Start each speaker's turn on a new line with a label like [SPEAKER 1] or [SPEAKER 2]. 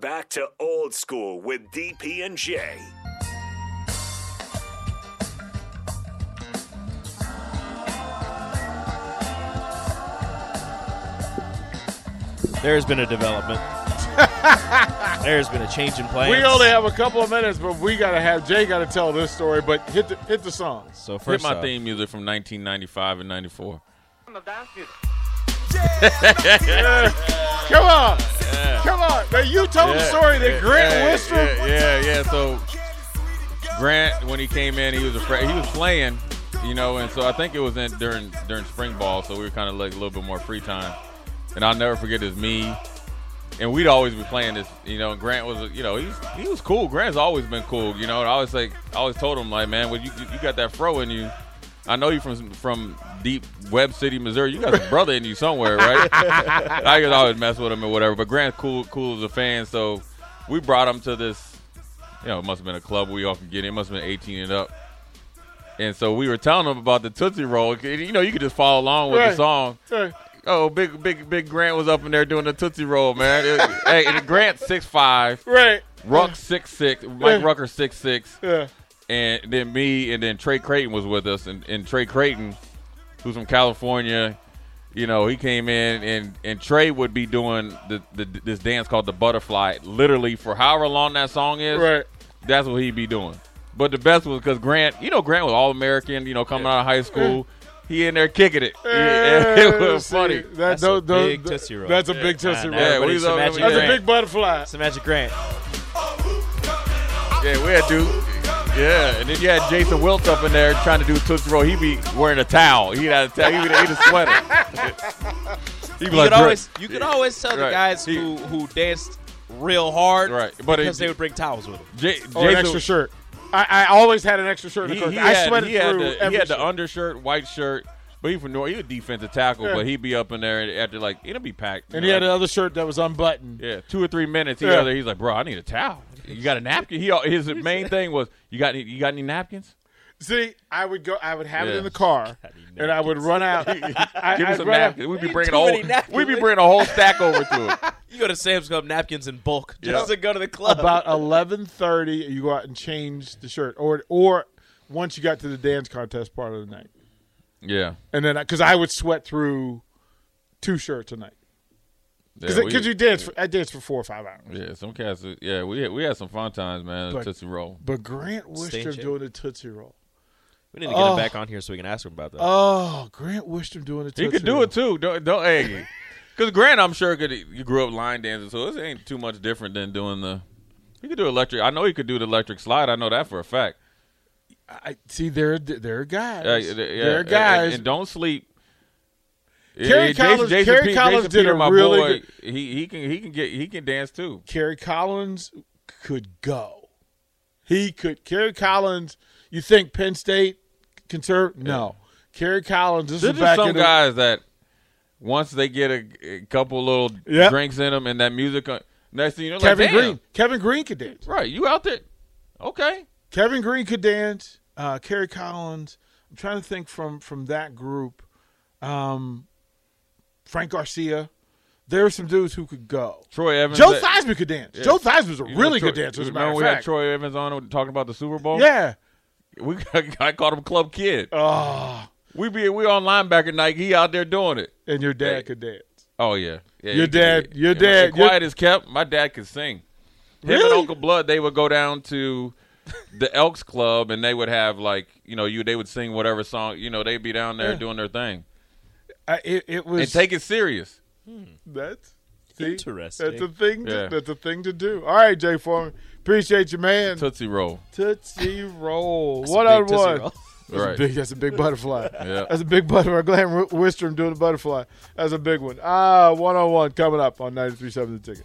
[SPEAKER 1] Back to old school with DP and J.
[SPEAKER 2] There has been a development. there has been a change in plans.
[SPEAKER 3] We only have a couple of minutes, but we gotta have Jay gotta tell this story. But hit the hit the songs.
[SPEAKER 2] so
[SPEAKER 4] Hit
[SPEAKER 2] first
[SPEAKER 4] my
[SPEAKER 2] off,
[SPEAKER 4] theme music from 1995 and 94.
[SPEAKER 3] Come on, come on. Now you told the story that Grant
[SPEAKER 4] yeah,
[SPEAKER 3] Wistrom.
[SPEAKER 4] Yeah, yeah, yeah. So Grant, when he came in, he was afraid. He was playing, you know, and so I think it was in during during spring ball, so we were kind of like a little bit more free time. And I'll never forget his me. And we'd always be playing this, you know. And Grant was, you know, he's he was cool. Grant's always been cool, you know. And I always like, I always told him like, man, well, you you got that fro in you. I know you from from deep Web City, Missouri. You got a brother in you somewhere, right? I could always mess with him or whatever. But Grant's cool, cool as a fan, so we brought him to this. You know, it must have been a club we often get. in. It must have been 18 and up. And so we were telling him about the Tootsie Roll. And, You know, you could just follow along with
[SPEAKER 3] Right.
[SPEAKER 4] the song.
[SPEAKER 3] Hey,
[SPEAKER 4] Oh, big, big, big Grant was up in there doing the Tootsie Roll, man. It- hey, and Grant's 6'5,
[SPEAKER 3] Right.
[SPEAKER 4] Ruck 6'6, Mike
[SPEAKER 3] Yeah.
[SPEAKER 4] Rucker 6'6
[SPEAKER 3] Yeah.
[SPEAKER 4] and then me and then Trey Creighton was with us and, and Trey Creighton who's from California you know he came in and and Trey would be doing the, the this dance called the butterfly literally for however long that song is
[SPEAKER 3] Right.
[SPEAKER 4] that's what he'd be doing but the best was because Grant you know Grant was all American you know coming out of high school he in there kicking it Yeah, it was
[SPEAKER 3] Mm. See,
[SPEAKER 4] funny
[SPEAKER 3] that-
[SPEAKER 2] That's a
[SPEAKER 3] those- those-
[SPEAKER 2] big Tootsie Roll.
[SPEAKER 3] That's a big Tootsie
[SPEAKER 2] Nah,
[SPEAKER 3] Roll.
[SPEAKER 2] nah,
[SPEAKER 4] Yeah,
[SPEAKER 2] but
[SPEAKER 4] we
[SPEAKER 2] it's
[SPEAKER 4] was over-
[SPEAKER 2] Magic
[SPEAKER 4] we-
[SPEAKER 3] That's
[SPEAKER 2] Grant.
[SPEAKER 3] a big butterfly.
[SPEAKER 2] It's a Magic Grant.
[SPEAKER 4] yeah we had dude yeah, and then you had Jason Wilt up in there trying to do Tootsie Roll. He'd be wearing a towel. He'd have a towel. He'd be he'd a sweater. He'd be
[SPEAKER 2] You could
[SPEAKER 4] like, "Grant,
[SPEAKER 2] always you could always tell the
[SPEAKER 4] Right.
[SPEAKER 2] guys
[SPEAKER 4] He-
[SPEAKER 2] who who danced real hard,
[SPEAKER 4] Right, but it-
[SPEAKER 2] because they would bring towels with them.
[SPEAKER 4] J-
[SPEAKER 3] Or an extra shirt. I, I always had an extra shirt. In
[SPEAKER 4] He,
[SPEAKER 3] the
[SPEAKER 4] he
[SPEAKER 3] car. I
[SPEAKER 4] had,
[SPEAKER 3] sweated
[SPEAKER 4] he had
[SPEAKER 3] through
[SPEAKER 4] the,
[SPEAKER 3] every
[SPEAKER 4] he had the
[SPEAKER 3] shirt.
[SPEAKER 4] undershirt, white shirt. But he from North, he was defensive tackle,
[SPEAKER 3] Yeah.
[SPEAKER 4] but he'd be up in there and after like it'll be packed. you
[SPEAKER 3] and
[SPEAKER 4] know,
[SPEAKER 3] he had
[SPEAKER 4] like-
[SPEAKER 3] another shirt that was unbuttoned.
[SPEAKER 4] yeah, two or three minutes. He
[SPEAKER 3] Yeah.
[SPEAKER 4] other, he's like, bro, I need a towel. You got a napkin? He al- his main thing was you got any, you got any napkins?
[SPEAKER 3] See, I would go. I would have it
[SPEAKER 4] Yeah.
[SPEAKER 3] in the car, and I would run out. I,
[SPEAKER 4] Give
[SPEAKER 3] I'd
[SPEAKER 4] me some
[SPEAKER 3] run out.
[SPEAKER 4] napkins. We'd be bringing a
[SPEAKER 2] too
[SPEAKER 4] whole
[SPEAKER 2] many napkins.
[SPEAKER 4] we'd be bringing a whole stack over to him.
[SPEAKER 2] You go to Sam's Club napkins in bulk just
[SPEAKER 4] Yeah.
[SPEAKER 2] to go to the club.
[SPEAKER 3] about eleven thirty, you go out and change the shirt, or or once you got to the dance contest part of the night,
[SPEAKER 4] Yeah,
[SPEAKER 3] and then because I, would sweat through two shirts a night because
[SPEAKER 4] Yeah, we-
[SPEAKER 3] you dance. For, I danced for four or five hours.
[SPEAKER 4] Yeah, some cats. Yeah, we had, we had some fun times, man.
[SPEAKER 3] But-
[SPEAKER 4] Tootsie roll.
[SPEAKER 3] But Grant
[SPEAKER 2] Stay in
[SPEAKER 3] Wistrom
[SPEAKER 2] shape.
[SPEAKER 3] doing the tootsie roll.
[SPEAKER 2] we need to get him back on here so we can ask him about that.
[SPEAKER 3] Oh, Grant Wistrom doing the tootsie
[SPEAKER 4] He
[SPEAKER 3] roll.
[SPEAKER 4] could do it too. Don't don't egg Because Grant, I'm sure, could you grew up line dancing, so this ain't too much different than doing the. He could do electric. I know he could do the electric slide. I know that for a fact.
[SPEAKER 3] I see. There, are- there are guys.
[SPEAKER 4] Uh, yeah,
[SPEAKER 3] there
[SPEAKER 4] uh,
[SPEAKER 3] are
[SPEAKER 4] and-
[SPEAKER 3] guys.
[SPEAKER 4] and, don't sleep.
[SPEAKER 3] Kerry
[SPEAKER 4] Yeah,
[SPEAKER 3] Collins- Kerry
[SPEAKER 4] Pe-
[SPEAKER 3] Collins did a
[SPEAKER 4] my
[SPEAKER 3] really
[SPEAKER 4] boy,
[SPEAKER 3] good-
[SPEAKER 4] He he can he can get he can dance too.
[SPEAKER 3] Kerry Collins could go. He could. Kerry Collins. You think Penn State conserve? No. Kerry Collins. This
[SPEAKER 4] There's
[SPEAKER 3] is back
[SPEAKER 4] just some
[SPEAKER 3] in the,
[SPEAKER 4] guys that once they get a, a couple little
[SPEAKER 3] Yep.
[SPEAKER 4] drinks in them and that music, uh, next thing you know, like,
[SPEAKER 3] Kevin
[SPEAKER 4] damn.
[SPEAKER 3] Green. Kevin Green could dance.
[SPEAKER 4] Right, you out there? Okay.
[SPEAKER 3] Kevin Green could dance. Uh, Kerry Collins. I'm trying to think from from that group. Um, Frank Garcia. There are some dudes who could go.
[SPEAKER 4] Troy Evans.
[SPEAKER 3] Joe
[SPEAKER 4] that-
[SPEAKER 3] Theismann could dance. Joe Theismann's a
[SPEAKER 4] You know,
[SPEAKER 3] really
[SPEAKER 4] Troy-
[SPEAKER 3] good dancer. As a matter
[SPEAKER 4] Remember
[SPEAKER 3] of
[SPEAKER 4] we had
[SPEAKER 3] fact.
[SPEAKER 4] Troy Evans on talking about the Super Bowl.
[SPEAKER 3] Yeah.
[SPEAKER 4] we I called him Club Kid.
[SPEAKER 3] Oh,
[SPEAKER 4] we be we on linebacker night. He out there doing it.
[SPEAKER 3] and your dad
[SPEAKER 4] Hey.
[SPEAKER 3] could dance.
[SPEAKER 4] Oh yeah, yeah
[SPEAKER 3] Your
[SPEAKER 4] he-
[SPEAKER 3] dad-
[SPEAKER 4] he-
[SPEAKER 3] your
[SPEAKER 4] and my-
[SPEAKER 3] dad-
[SPEAKER 4] Quiet as kept. My dad could sing. Him and
[SPEAKER 3] Really?
[SPEAKER 4] Uncle Blood, they would go down to the Elks Club and they would have like you know you they would sing whatever song you know they'd be down there doing their thing
[SPEAKER 3] I, Uh, it, it was
[SPEAKER 4] and take it serious.
[SPEAKER 3] that's see,
[SPEAKER 2] Interesting.
[SPEAKER 3] That's a thing. To,
[SPEAKER 4] Yeah.
[SPEAKER 3] That's a thing to do. All right, Jay Foreman, appreciate you, man.
[SPEAKER 4] Tootsie Roll,
[SPEAKER 3] Tootsie roll. What on
[SPEAKER 2] Tootsie
[SPEAKER 3] one?
[SPEAKER 2] Roll.
[SPEAKER 3] That's,
[SPEAKER 4] right?
[SPEAKER 3] a big, that's a big butterfly.
[SPEAKER 4] Yeah.
[SPEAKER 3] That's a big butterfly. Glenn Wi- Wistrom doing a butterfly. That's a big one. Ah, one on one coming up on 93.7 The Ticket.